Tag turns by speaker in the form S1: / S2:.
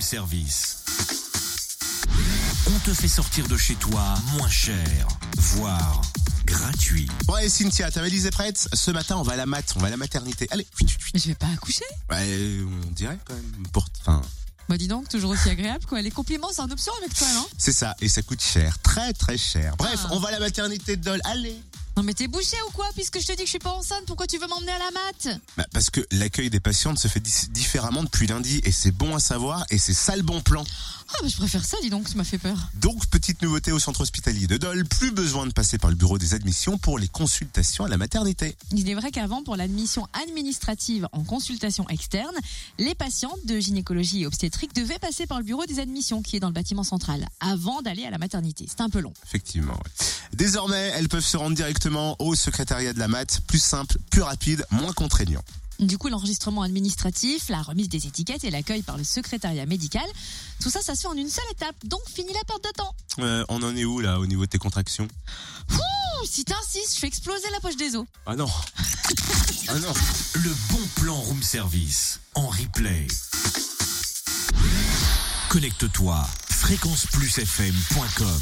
S1: service. On te fait sortir de chez toi moins cher, voire gratuit.
S2: Bon, et Cynthia, ta valise est prête Ce matin, on va à la mat, on va à la maternité. Allez,
S3: Mais je vais pas accoucher.
S2: Ouais, on dirait quand même. Pour... Enfin,
S3: Bah dis donc, toujours aussi agréable quoi. Les compliments, c'est un option avec toi, non
S2: c'est ça, et ça coûte cher, très très cher. Bref,
S3: Ah.
S2: on va à la maternité de Dole, allez
S3: Non mais t'es bouché ou quoi Puisque je te dis que je suis pas enceinte, pourquoi tu veux m'emmener à la mat
S2: Bah, Parce que l'accueil des patientes se fait dis- différemment depuis lundi, et c'est bon à savoir, et c'est ça le bon plan.
S3: Ah bah je préfère ça, dis donc, ça m'a fait peur.
S2: Donc, petite nouveauté au centre hospitalier de Dole, plus besoin de passer par le bureau des admissions pour les consultations à la maternité.
S3: Il est vrai qu'avant, pour l'admission administrative en consultation externe, les patientes de gynécologie et obstétrique devaient passer par le bureau des admissions qui est dans le bâtiment central avant d'aller à la maternité. C'était un peu long.
S2: Effectivement. ouais. Désormais, elles peuvent se rendre directement au secrétariat de la mat, plus simple, plus rapide, moins contraignant.
S3: Du coup, l'enregistrement administratif, la remise des étiquettes et l'accueil par le secrétariat médical, tout ça, ça se fait en une seule étape, donc fini la perte de temps.
S2: Euh, on en est où là au niveau de tes contractions
S3: Ouh, Oh, Si t'insistes, je fais exploser la poche des os.
S2: Ah non Ah non
S1: Le bon plan room service en replay. Connecte-toi fréquenceplusfm.com